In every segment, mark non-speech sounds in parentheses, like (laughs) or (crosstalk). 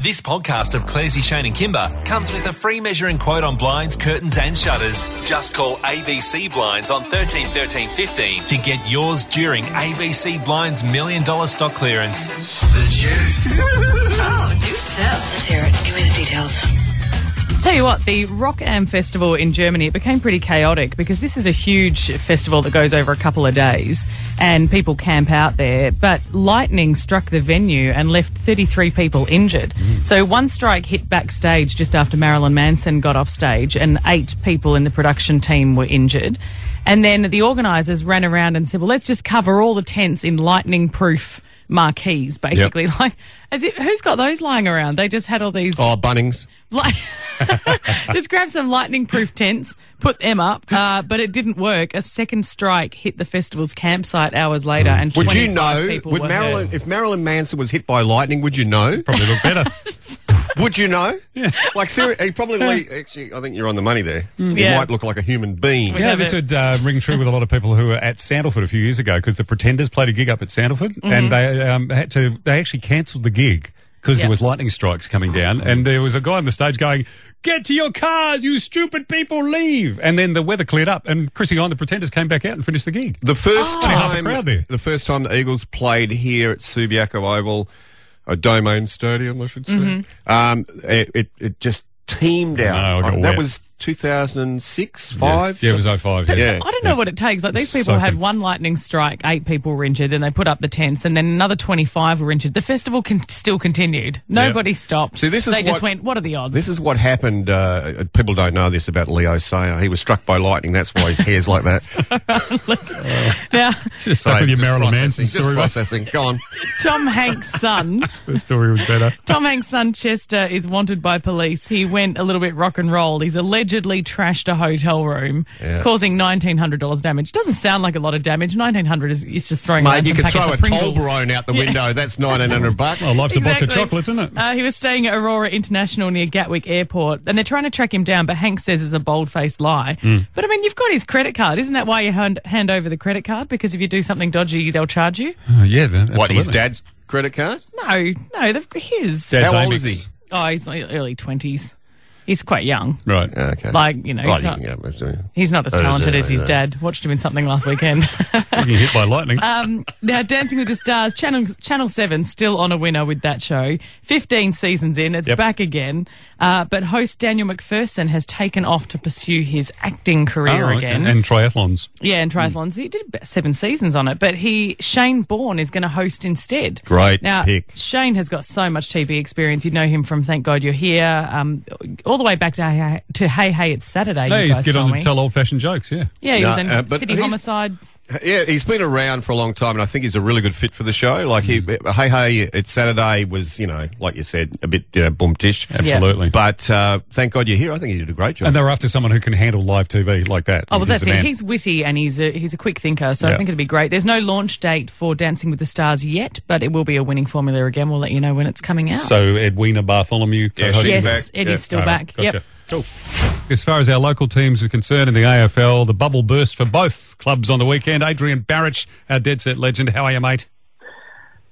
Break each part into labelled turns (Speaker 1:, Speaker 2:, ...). Speaker 1: This podcast of Clarsey, Shane and Kimber comes with a free measuring quote on blinds, curtains and shutters. Just call ABC Blinds on 13 13 15 to get yours during ABC Blinds Million Dollar Stock Clearance.
Speaker 2: The juice.
Speaker 3: Oh, do tell.
Speaker 4: Let's hear it. Give me the details.
Speaker 5: Tell you what, the Rock Am Festival in Germany it became pretty chaotic because this is a huge festival that goes over a couple of days and people camp out there. But lightning struck the venue and left 33 people injured. So one strike hit backstage just after Marilyn Manson got off stage, and eight people in the production team were injured. And then the organisers ran around and said, "Well, let's just cover all the tents in lightning-proof." Marquees, basically, (laughs) like as if who's got those lying around? They just had all these.
Speaker 6: Oh, Bunnings.
Speaker 5: Like, (laughs) just grab some lightning proof tents, put them up, uh, but it didn't work. A second strike hit the festival's campsite hours later, and
Speaker 6: Would you
Speaker 5: 25
Speaker 6: know?
Speaker 5: people
Speaker 6: Would
Speaker 5: were
Speaker 6: Marilyn,
Speaker 5: hurt.
Speaker 6: if Marilyn Manson was hit by lightning, would you know?
Speaker 7: Probably look (laughs) better.
Speaker 6: Would you
Speaker 7: (laughs)
Speaker 6: know? Yeah. Like, seriously, he probably. Actually, I think you're on the money there. He
Speaker 5: Mm. Yeah.
Speaker 6: might look like a human being.
Speaker 7: yeah,
Speaker 5: have
Speaker 7: this
Speaker 5: it.
Speaker 7: would uh, ring true with a lot of people who were at Sandalford a few years ago because the Pretenders played a gig up at Sandalford
Speaker 5: Mm-hmm.
Speaker 7: and they um, had to. They actually cancelled the gig because
Speaker 5: Yep.
Speaker 7: there was lightning strikes coming
Speaker 5: Oh.
Speaker 7: down and there was a guy on the stage going, "Get to your cars, you stupid people! Leave!" And then the weather cleared up and Chrissy and the Pretenders came back out and finished the gig.
Speaker 6: The first
Speaker 7: half the
Speaker 6: time,
Speaker 7: crowd there.
Speaker 6: the first time the Eagles played here at Subiaco Oval, a domain stadium, I should say.
Speaker 5: Mm-hmm.
Speaker 6: Um, it, it it just teamed
Speaker 7: know,
Speaker 6: out.
Speaker 7: I got
Speaker 6: that
Speaker 7: wet.
Speaker 6: was 2006, five.
Speaker 7: Yeah, it was 05. Yeah.
Speaker 6: Yeah.
Speaker 5: I don't know what it takes. Like these
Speaker 7: It's
Speaker 5: people
Speaker 7: so
Speaker 5: had
Speaker 7: good.
Speaker 5: one lightning strike, eight people were injured, and they put up the tents, and then another twenty-five were injured. The festival con- still continued. Nobody stopped.
Speaker 6: See, this is
Speaker 5: they just
Speaker 6: what-
Speaker 5: went. What are the odds?
Speaker 6: This is what happened. Uh, people don't know this about Leo Sayer. He was struck by lightning. That's why his hair's like
Speaker 7: (laughs)
Speaker 6: that.
Speaker 5: now,
Speaker 7: Just stuck
Speaker 6: Sorry,
Speaker 7: with your
Speaker 6: just
Speaker 7: Marilyn
Speaker 6: processing,
Speaker 7: Manson
Speaker 6: just
Speaker 7: story. mate.
Speaker 6: processing. Go
Speaker 7: (laughs)
Speaker 6: on.
Speaker 5: (laughs) Tom Hanks'
Speaker 6: (laughs)
Speaker 5: son.
Speaker 7: The story was better.
Speaker 5: Tom Hanks' son Chester is wanted by police. He went a little bit rock and roll. He's allegedly trashed a hotel room,
Speaker 6: Yeah.
Speaker 5: causing nineteen hundred dollars damage. Doesn't sound like a lot of damage. Nineteen hundred is it's just throwing. around
Speaker 6: Mate, you
Speaker 5: some
Speaker 6: could
Speaker 5: packets
Speaker 6: throw a
Speaker 5: of Pringles.
Speaker 6: Tolbarone out the window. That's 1900 bucks.
Speaker 7: Oh, life's a box
Speaker 5: Exactly.
Speaker 7: of chocolates, isn't it?
Speaker 5: Uh, he was staying at Aurora International near Gatwick Airport, and they're trying to track him down. But Hank says it's a bold-faced lie.
Speaker 6: Hmm.
Speaker 5: But I mean, you've got his credit card. Isn't that why you hand, hand over the credit card? Because if you do something dodgy, they'll charge you.
Speaker 7: Oh, yeah, absolutely.
Speaker 6: What, his dad's credit card?
Speaker 5: No, no, they've his.
Speaker 7: Dad's
Speaker 6: How old
Speaker 7: Amex.
Speaker 6: is
Speaker 5: Oh, he's like early twenties. He's quite young.
Speaker 7: Right.
Speaker 6: Okay.
Speaker 5: Like you know,
Speaker 6: Right,
Speaker 5: he's
Speaker 6: you
Speaker 5: not-
Speaker 6: can go, that's all right.
Speaker 5: He's not as
Speaker 6: Oh,
Speaker 5: talented
Speaker 6: is it?
Speaker 5: as his
Speaker 6: Yeah.
Speaker 5: dad. Watched him in something last weekend. (laughs)
Speaker 7: Getting hit by lightning.
Speaker 5: um, now, Dancing with the Stars, Channel Channel Seven, still on a winner with that show. Fifteen seasons in, it's
Speaker 7: Yep.
Speaker 5: back again. Uh, but host Daniel McPherson has taken off to pursue his acting career
Speaker 7: Oh, okay.
Speaker 5: again.
Speaker 7: And triathlons.
Speaker 5: yeah, and triathlons. He did about seven seasons on it, but he Shane Bourne is going to host instead.
Speaker 6: Great
Speaker 5: now,
Speaker 6: pick.
Speaker 5: Shane has got so much TV experience. You know him from Thank God You're Here, um, all the way back to Hey to Hey, hey It's Saturday. you
Speaker 7: Hey, he's
Speaker 5: guys
Speaker 7: get
Speaker 5: told
Speaker 7: on
Speaker 5: me.
Speaker 7: and tell old fashioned jokes, yeah.
Speaker 5: Yeah, he
Speaker 6: No,
Speaker 5: was in
Speaker 6: uh, but
Speaker 5: City
Speaker 6: he's-
Speaker 5: Homicide.
Speaker 6: Yeah, he's been around for a long time, and I think he's a really good fit for the show. Like, he,
Speaker 7: Mm.
Speaker 6: uh, hey, hey, it's Saturday was, you know, like you said, a bit you know, boomtish.
Speaker 7: Absolutely.
Speaker 6: But uh, thank God you're here. I think he did a great job.
Speaker 7: And they're after someone who can handle live TV like that.
Speaker 5: Oh, well,
Speaker 7: He's
Speaker 5: that's
Speaker 7: the
Speaker 5: it.
Speaker 7: man.
Speaker 5: He's witty and he's a, he's a quick thinker, so I
Speaker 7: Yeah.
Speaker 5: think it'd be great. There's no launch date for Dancing with the Stars yet, but it will be a winning formula again. We'll let you know when it's coming out.
Speaker 7: So Edwina Bartholomew.
Speaker 6: Yeah,
Speaker 7: co-hosts
Speaker 6: she's
Speaker 5: yes,
Speaker 7: it.
Speaker 6: back.
Speaker 5: Eddie's
Speaker 6: Yeah.
Speaker 5: still
Speaker 7: All right,
Speaker 5: back.
Speaker 7: gotcha.
Speaker 5: Yep.
Speaker 7: Cool. As far as our local teams are concerned in the AFL, the bubble burst for both clubs on the weekend. Adrian Barrich, our dead set legend. How are you, mate?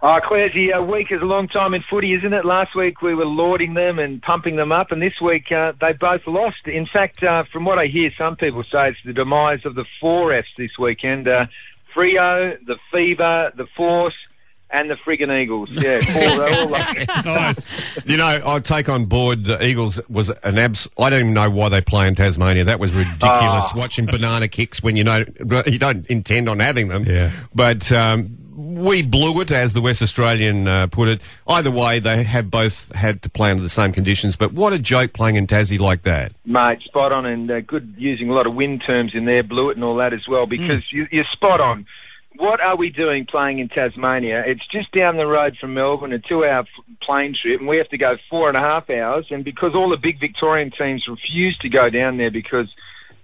Speaker 8: Ah, Clarsy, a week is a long time in footy, isn't it? Last week we were lauding them and pumping them up, and this week uh, they both lost. In fact, uh, from what I hear, some people say it's the demise of the four Fs this weekend. Uh, Frio, the Fever, the Force, and the friggin' Eagles. Yeah, four, they're all lucky.
Speaker 7: Nice.
Speaker 6: You know, I'll take on board the Eagles was an abs. I don't even know why they play in Tasmania. That was
Speaker 7: Ah.
Speaker 6: ridiculous. Watching banana kicks when you know you don't intend on having them.
Speaker 7: Yeah.
Speaker 6: But um, we blew it, as the West Australian uh, put it. Either way, they have both had to play under the same conditions. But what a joke playing in Tassie like that.
Speaker 8: Mate, spot on, and uh, good using a lot of wind terms in there, blew it and all that as well, because you, you're spot on. What are we doing playing in Tasmania? It's just down the road from Melbourne, a two-hour f- plane trip, and we have to go four and a half hours. And because all the big Victorian teams refuse to go down there because,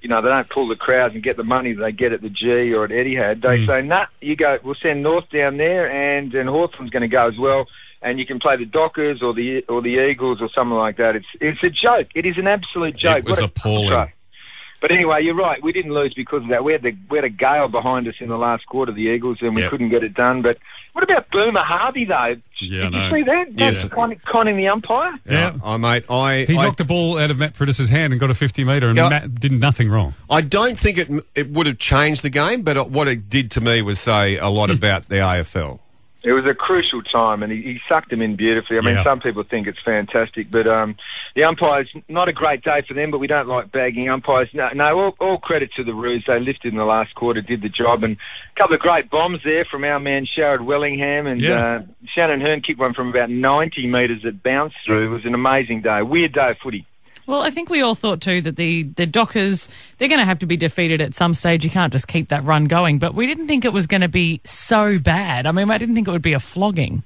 Speaker 8: you know, they don't pull the crowds and get the money that they get at the G or at Etihad, they say, nah, you go, we'll send North down there, and, and Hawthorn's going to go as well and you can play the Dockers or the or the Eagles or something like that. It's it's a joke. It is an absolute joke.
Speaker 6: It was
Speaker 8: What a-
Speaker 6: appalling.
Speaker 8: Sorry. But anyway, you're right. We didn't lose because of that. We had the we had a gale behind us in the last quarter, the Eagles, and we
Speaker 6: Yep.
Speaker 8: couldn't get it done. But what about Boomer Harvey though?
Speaker 7: Yeah, I
Speaker 8: Did
Speaker 7: know.
Speaker 8: you see that?
Speaker 6: Yes.
Speaker 8: That's con- conning the umpire.
Speaker 7: Yeah.
Speaker 6: I, Oh, mate, I
Speaker 7: He
Speaker 6: I,
Speaker 7: knocked the ball out of Matt Prittis' hand and got a 50 metre, and
Speaker 6: Yeah.
Speaker 7: Matt did nothing wrong.
Speaker 6: I don't think it it would have changed the game, but it- what it did to me was say a
Speaker 7: Hmm.
Speaker 6: lot about the AFL.
Speaker 8: It was a crucial time, and he, he sucked him in beautifully. I mean,
Speaker 7: Yeah.
Speaker 8: some people think it's fantastic, but um, the umpires not a great day for them. But we don't like bagging umpires. No, no. All, all credit to the Roos. They lifted in the last quarter, did the job, and a couple of great bombs there from our man Sherrod Wellingham and
Speaker 7: Yeah.
Speaker 8: uh, Shannon Hearn kicked one from about 90 metres that bounced through. It was an amazing day. Weird day of footy.
Speaker 5: Well, I think we all thought too that the, the Dockers, they're going to have to be defeated at some stage. You can't just keep that run going. But we didn't think it was going to be so bad. I mean, I didn't think it would be a flogging.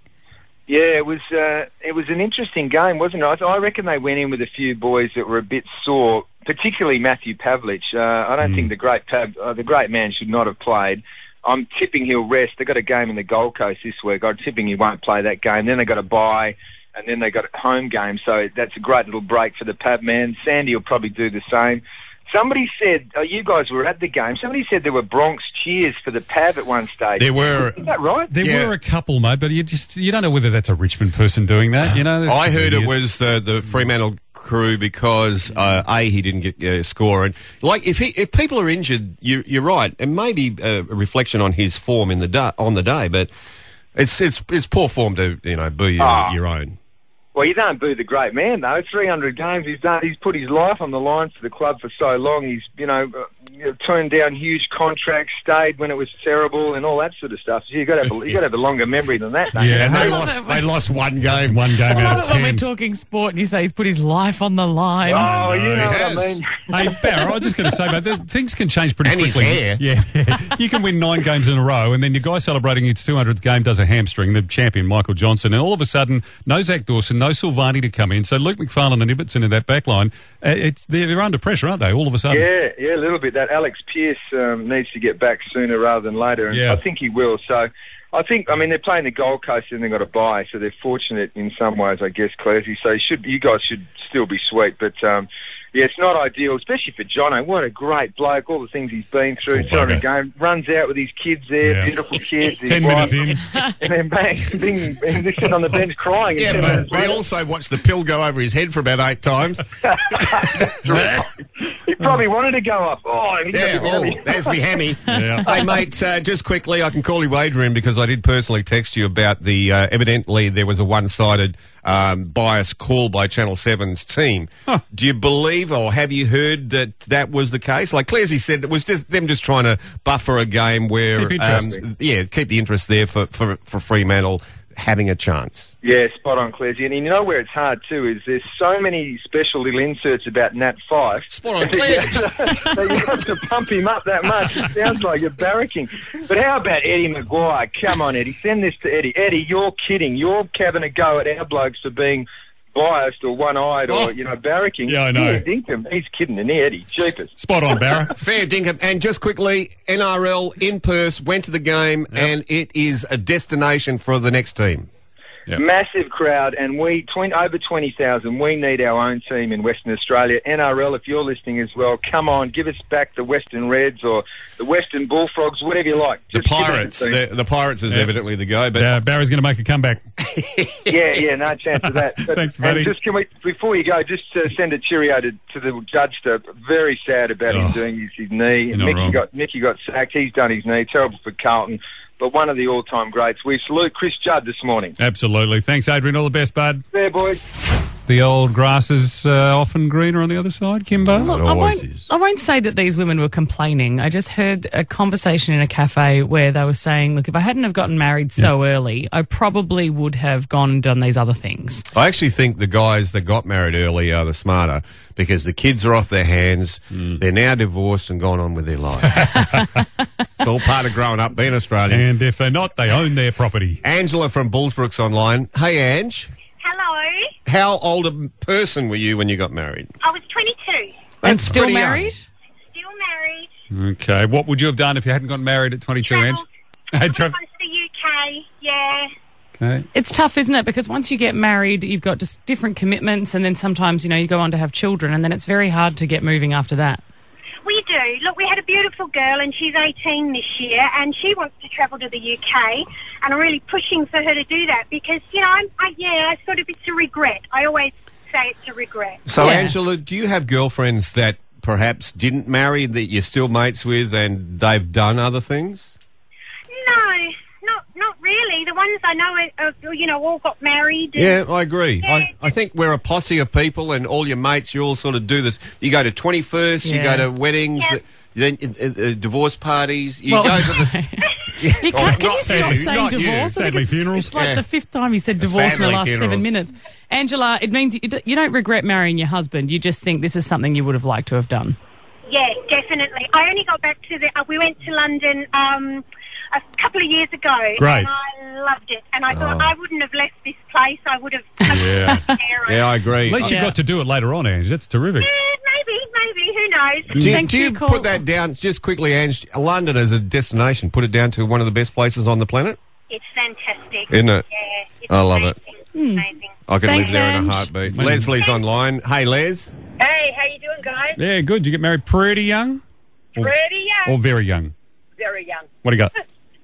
Speaker 8: Yeah, it was uh, it was an interesting game, wasn't it? I, I reckon they went in with a few boys that were a bit sore, particularly Matthew Pavlich. Uh, I don't think the great Pav, uh, the great man should not have played. I'm tipping he'll rest. They got a game in the Gold Coast this week. I'm tipping he won't play that game. Then they got a bye, and then they got a home game. So that's a great little break for the Pav man. Sandy will probably do the same. Somebody said uh, you guys were at the game. Somebody said there were Bronx cheers for the Pav at one stage.
Speaker 6: There were.
Speaker 8: Is that right?
Speaker 7: There
Speaker 6: Yeah.
Speaker 7: were a couple, mate, but you just you don't know whether that's a Richmond person doing that. You know, There's
Speaker 6: I
Speaker 7: just
Speaker 6: heard it
Speaker 7: idiots.
Speaker 6: was the the Fremantle crew because uh, a he didn't get uh, score and like if he if people are injured, you, you're right, and maybe uh, a reflection on his form in the da- on the day, but it's it's it's poor form to you know be your,
Speaker 8: Ah.
Speaker 6: your own.
Speaker 8: Well, you don't boo the great man though. Three hundred games he's done. He's put his life on the line for the club for so long. He's you know uh, you know, turned down huge contracts, stayed when it was terrible, and all that sort of stuff. So you got to have a, you got to have a longer memory than that. Don't
Speaker 7: Yeah,
Speaker 8: you?
Speaker 7: and they
Speaker 6: lost they lost one game, one
Speaker 7: game
Speaker 5: I
Speaker 7: out
Speaker 5: love
Speaker 7: of
Speaker 5: it when we're
Speaker 7: 10.
Speaker 5: talking sport and you say he's put his life on the line.
Speaker 8: Oh, you know what I
Speaker 6: Yes.
Speaker 8: mean.
Speaker 7: Hey, Barra, I was just going to say, mate, that things can change pretty
Speaker 6: And his
Speaker 7: quickly.
Speaker 6: hair.
Speaker 7: Yeah. (laughs) you can win nine games in a row, and then your guy celebrating his 200th game does a hamstring, the champion, Michael Johnson, and all of a sudden, no Zach Dawson, no Silvani to come in. So Luke McFarlane and Ibbotson in that back line, uh, it's, they're, they're under pressure, aren't they, all of a sudden?
Speaker 8: Yeah, yeah, a little bit. That Alex Pierce um, needs to get back sooner rather than later, and
Speaker 7: Yeah.
Speaker 8: I think he will. So, I think I mean they're playing the Gold Coast and they've got a bye, so they're fortunate in some ways, I guess, Clancy. So you should you guys should still be sweet, but. Um, yeah, it's not ideal, especially for Jono. What a great bloke! All the things he's been through.
Speaker 7: Oh,
Speaker 8: Oh, Sorry,
Speaker 7: bugger.
Speaker 8: game runs out with his kids there,
Speaker 7: Yeah.
Speaker 8: beautiful kids. his
Speaker 7: Ten minutes
Speaker 8: wife,
Speaker 7: in.
Speaker 8: and then bang, (laughs) bing, bing, they're sitting on the bench crying. and ten minutes later-
Speaker 6: also watched the pill go over his head for about eight times. (laughs)
Speaker 8: he probably wanted to go up. Oh, he
Speaker 6: Yeah, oh, there's me hammy. Hey, mate, uh, just quickly, I can call you Adrian because I did personally text you about the. Uh, evidently, there was a one sided um, bias call by Channel 7's team. Do you believe or have you heard that that was the case? Like, Clancy said, it was just them just trying to buffer a game where. um,
Speaker 7: Keep interest.
Speaker 6: yeah, keep the interest there for, for, for Fremantle having a chance.
Speaker 8: Yeah, spot on, Clancy. And you know where it's hard too is there's so many special little inserts about Nat Fife. (laughs)
Speaker 6: Spot on,
Speaker 8: so you have to pump him up that much. It sounds like you're barracking. But how about Eddie Maguire? Come on, Eddie. Send this to Eddie. Eddie, you're kidding. You're having a go at our blokes for being biased or one-eyed or, you know, barracking.
Speaker 7: Oh. Yeah, I know.
Speaker 8: He's, dinkum. He's kidding, and he, Eddie. Jeepers.
Speaker 7: Spot
Speaker 6: (laughs)
Speaker 7: on, Barra.
Speaker 6: Fair dinkum. And just quickly, NRL in Perth went to the game, and it is a destination for the next team.
Speaker 7: Yep.
Speaker 8: Massive crowd, and we twen- over twenty thousand. We need our own team in Western Australia. NRL, if you're listening as well, come on, give us back the Western Reds or the Western Bullfrogs, whatever you like.
Speaker 6: The
Speaker 8: Just give us
Speaker 6: Pirates.
Speaker 8: a team.
Speaker 6: The, the Pirates is evidently the go, but
Speaker 7: Uh, Barra's going to make a comeback.
Speaker 8: yeah, yeah, no chance
Speaker 7: (laughs)
Speaker 8: of that. But-
Speaker 7: Thanks,
Speaker 8: and
Speaker 7: buddy.
Speaker 8: Just can we before you go, just uh, send a cheerio to, to the judge. To, very sad about
Speaker 7: Oh,
Speaker 8: him doing his, his knee.
Speaker 7: not
Speaker 8: Mickey
Speaker 7: wrong.
Speaker 8: got Mickey got sacked. He's done his knee. Terrible for Carlton, but one of the all-time greats. We salute Chris Judd this morning.
Speaker 7: Absolutely. Thanks, Adrian. All the best, bud.
Speaker 8: There, boys.
Speaker 7: The old grass is uh, often greener on the other side, Kimbo.
Speaker 5: Look, I won't, I won't say that these women were complaining. I just heard a conversation in a cafe where they were saying, look, if I hadn't have gotten married so early, I probably would have gone and done these other things.
Speaker 6: I actually think the guys that got married early are the smarter because the kids are off their hands.
Speaker 8: Hmm.
Speaker 6: They're now divorced and gone on with their
Speaker 8: (laughs)
Speaker 6: life. it's all part of growing up, being Australian.
Speaker 7: And if they're not, they own their property.
Speaker 6: Angela from Bullsbrooks Online. Hey, Ange.
Speaker 2: Hello.
Speaker 6: How old a person were you when you got married?
Speaker 2: I was 22.
Speaker 5: and
Speaker 6: That's
Speaker 5: still
Speaker 6: pretty uh, young.
Speaker 5: married?
Speaker 2: Still married.
Speaker 7: Okay. What would you have done if you hadn't gotten married at 22, Ange?
Speaker 2: Travel.
Speaker 7: (laughs) Hey, Trev-
Speaker 2: Once to the UK. Yeah.
Speaker 7: okay.
Speaker 5: It's tough, isn't it? Because once you get married, you've got just different commitments, and then sometimes, you know, you go on to have children, and then it's very hard to get moving after that.
Speaker 2: We beautiful girl and she's 18 this year and she wants to travel to the UK and I'm really pushing for her to do that because, you know, I'm, I, yeah, I sort of, it's a regret. I always say it's a regret.
Speaker 6: So,
Speaker 5: Yeah.
Speaker 6: Angela, do you have girlfriends that perhaps didn't marry that you're still mates with and they've done other things?
Speaker 2: No, not, not really. The ones I know, are, are, you know, all got married. and-
Speaker 6: Yeah, I agree. I, I think we're a posse of people, and all your mates, you all sort of do this. You go to 21st, you
Speaker 5: Yeah.
Speaker 6: go to weddings,
Speaker 2: Yeah.
Speaker 6: th- then uh, uh, divorce parties, you
Speaker 5: Well-
Speaker 6: go to
Speaker 5: (laughs)
Speaker 6: the.
Speaker 5: (laughs) You
Speaker 6: Oh,
Speaker 5: can't, can
Speaker 6: not
Speaker 5: you stop
Speaker 6: you,
Speaker 5: saying
Speaker 6: not you.
Speaker 5: divorce? I think
Speaker 7: Sadly,
Speaker 5: it's,
Speaker 7: funerals.
Speaker 5: It's like
Speaker 6: Yeah.
Speaker 5: the fifth time you said divorce in the
Speaker 6: Sadly,
Speaker 5: last seven
Speaker 6: funerals.
Speaker 5: minutes. Angela, it means you, d- you don't regret marrying your husband. You just think this is something you would have liked to have done.
Speaker 2: Yeah, definitely. I only got back to the. Uh, we went to London um, a couple of years ago.
Speaker 7: Great.
Speaker 2: And I loved it. And I thought I wouldn't have left this place. I would have.
Speaker 7: Yeah.
Speaker 6: (laughs) Oh. (laughs) Yeah, I agree. Uh,
Speaker 7: At least you
Speaker 5: Yeah.
Speaker 7: got to do it later on, Ange. That's terrific.
Speaker 2: maybe, maybe. Who knows?
Speaker 6: Do you,
Speaker 5: Thanks
Speaker 6: do
Speaker 5: for
Speaker 6: you
Speaker 5: your call.
Speaker 6: put that down just quickly, Ange? London as a destination, put it down to one of the best places on the planet.
Speaker 2: It's fantastic.
Speaker 6: Isn't it?
Speaker 2: Yeah. It's
Speaker 6: I love it.
Speaker 2: amazing.
Speaker 9: Hmm.
Speaker 2: Amazing.
Speaker 6: I could live
Speaker 5: Thanks,
Speaker 6: there in
Speaker 5: Ange.
Speaker 6: a heartbeat.
Speaker 7: Amazing.
Speaker 6: Leslie's online. Hey, Les.
Speaker 4: Hey, how you doing, guys?
Speaker 7: Yeah, good. You get married pretty young
Speaker 4: Pretty young.
Speaker 7: or very young?
Speaker 4: Very young.
Speaker 7: What do you got?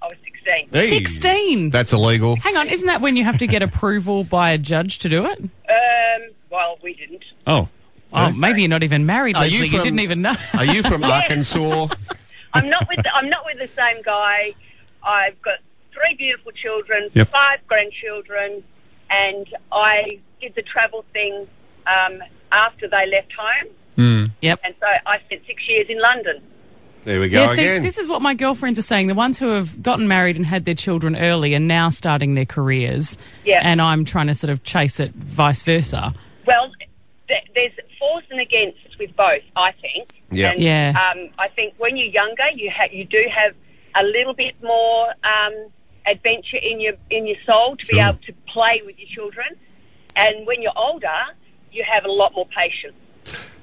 Speaker 4: I was 16.
Speaker 6: Hey.
Speaker 5: 16.
Speaker 6: That's illegal.
Speaker 5: Hang on, isn't that when you have to (laughs) get approval by a judge to do it?
Speaker 4: Um, well, we didn't.
Speaker 7: Oh.
Speaker 5: Oh, maybe you're not even married,
Speaker 6: Are
Speaker 5: Leslie.
Speaker 6: you
Speaker 5: You,
Speaker 6: from-
Speaker 5: didn't even know.
Speaker 6: Are you from Arkansas?
Speaker 4: I'm not with. The, I'm not with the same guy. I've got three beautiful children,
Speaker 7: Yep.
Speaker 4: five grandchildren, and I did the travel thing um, after they left home,
Speaker 5: (laughs) yep.
Speaker 4: and so I spent six years in London.
Speaker 6: There we go
Speaker 5: Yeah, see,
Speaker 6: again.
Speaker 5: this is what my girlfriends are saying. The ones who have gotten married and had their children early and now starting their careers.
Speaker 4: Yeah.
Speaker 5: And I'm trying to sort of chase it vice versa.
Speaker 4: Well, th- there's for's and against with both, I think.
Speaker 6: Yeah.
Speaker 4: And,
Speaker 5: Yeah.
Speaker 4: Um, I think when you're younger, you ha- you do have a little bit more um, adventure in your in your soul to be
Speaker 7: Sure.
Speaker 4: able to play with your children, and when you're older, you have a lot more patience.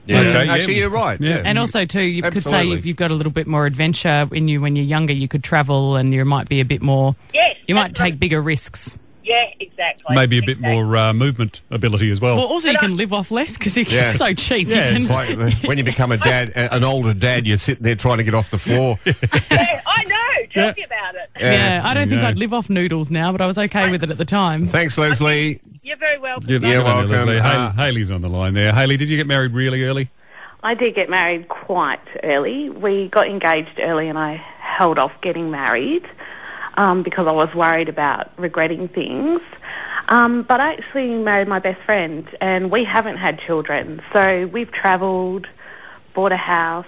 Speaker 6: Yeah.
Speaker 7: Okay, yeah.
Speaker 6: Actually, you're right.
Speaker 7: Yeah.
Speaker 6: Yeah.
Speaker 4: Mm.
Speaker 5: And also, too, you could say
Speaker 6: Absolutely.
Speaker 5: if you've got a little bit more adventure in you when you're younger, you could travel and you might be a bit more.
Speaker 4: Yes,
Speaker 5: You might
Speaker 4: that's right.
Speaker 5: take bigger risks.
Speaker 4: Yeah, exactly.
Speaker 7: Maybe a bit
Speaker 4: Exactly.
Speaker 7: more uh, movement ability as well.
Speaker 5: Well, also, you can live off less because it's
Speaker 6: Yeah.
Speaker 5: so cheap. You
Speaker 7: Yeah,
Speaker 5: can- (laughs)
Speaker 6: It's like uh, when you become a dad, a- an older dad, you're sitting there trying to get off the floor. (laughs)
Speaker 4: Yeah, I know. Tell
Speaker 7: Yeah.
Speaker 4: me about it.
Speaker 5: yeah, I don't think
Speaker 7: Yeah.
Speaker 5: I'd live off noodles now, but I was okay with it at the time.
Speaker 6: Thanks, Leslie.
Speaker 4: You're very welcome.
Speaker 7: Yeah,
Speaker 6: You're
Speaker 7: come on there,
Speaker 6: welcome.
Speaker 7: Leslie.
Speaker 6: Uh,
Speaker 7: Hay- Haley's on the line there. Haley, did you get married really early?
Speaker 9: I did get married quite early. We got engaged early and I held off getting married um, because I was worried about regretting things. Um, but I actually married my best friend and we haven't had children. So we've travelled, bought a house,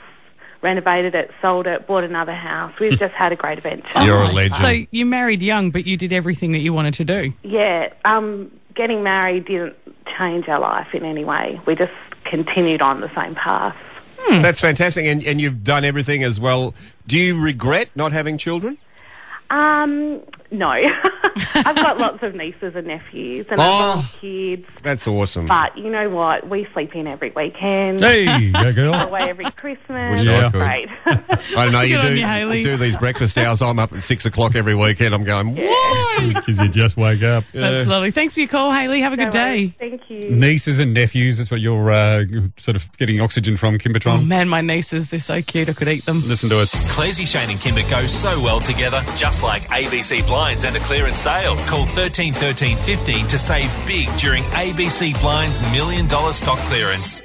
Speaker 9: renovated it, sold it, bought another house. We've just had a great adventure.
Speaker 6: You're a legend.
Speaker 5: So you married young, but you did everything that you wanted to do.
Speaker 9: Yeah, um, getting married didn't change our life in any way. We just continued on the same path.
Speaker 6: (laughs) That's fantastic. And, and you've done everything as well. Do you regret not having children?
Speaker 9: Um, no. (laughs) I've got lots of nieces and nephews, and I've
Speaker 6: Oh.
Speaker 9: got kids.
Speaker 6: That's awesome.
Speaker 9: But you know what? We sleep in every weekend.
Speaker 7: (laughs) Hey, yeah, girl.
Speaker 9: Away every Christmas.
Speaker 6: Wish I
Speaker 9: It's
Speaker 6: could.
Speaker 9: (laughs) great.
Speaker 6: I
Speaker 5: (laughs)
Speaker 6: know you
Speaker 5: Good on
Speaker 6: do,
Speaker 5: you, Hayley.
Speaker 6: you do these breakfast hours. I'm up at six o'clock every weekend. I'm going, why?
Speaker 7: Because you just wake up.
Speaker 5: That's lovely. Thanks for your call, Haley. Have a good
Speaker 9: No worries.
Speaker 5: day.
Speaker 9: Thank you.
Speaker 7: Nieces and nephews, that's what you're uh, sort of getting oxygen from,
Speaker 5: Oh,
Speaker 7: Kimbertron.
Speaker 5: man, my nieces, they're so cute. I could eat them.
Speaker 7: Listen to it.
Speaker 1: Clazy, Shane and Kimber go so well together, just like ABC Blinds and a clearance sale. Call 13 13 15 to save big during ABC Blinds Million Dollar Stock Clearance.